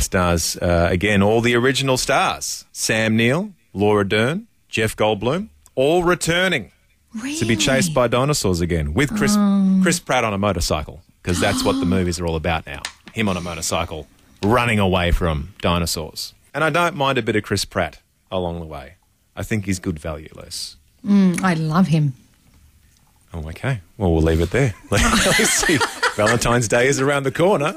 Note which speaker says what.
Speaker 1: stars uh, again all the original stars Sam Neill, Laura Dern, Jeff Goldblum, all returning
Speaker 2: Really?
Speaker 1: to be chased by dinosaurs again with Chris, Chris Pratt on a motorcycle because that's what the movies are all about now. Him on a motorcycle running away from dinosaurs. And I don't mind a bit of Chris Pratt along the way. I think he's good value, Les.
Speaker 2: I love him.
Speaker 1: Oh, okay. Well, we'll leave it there. Let's see. Valentine's Day is around the corner.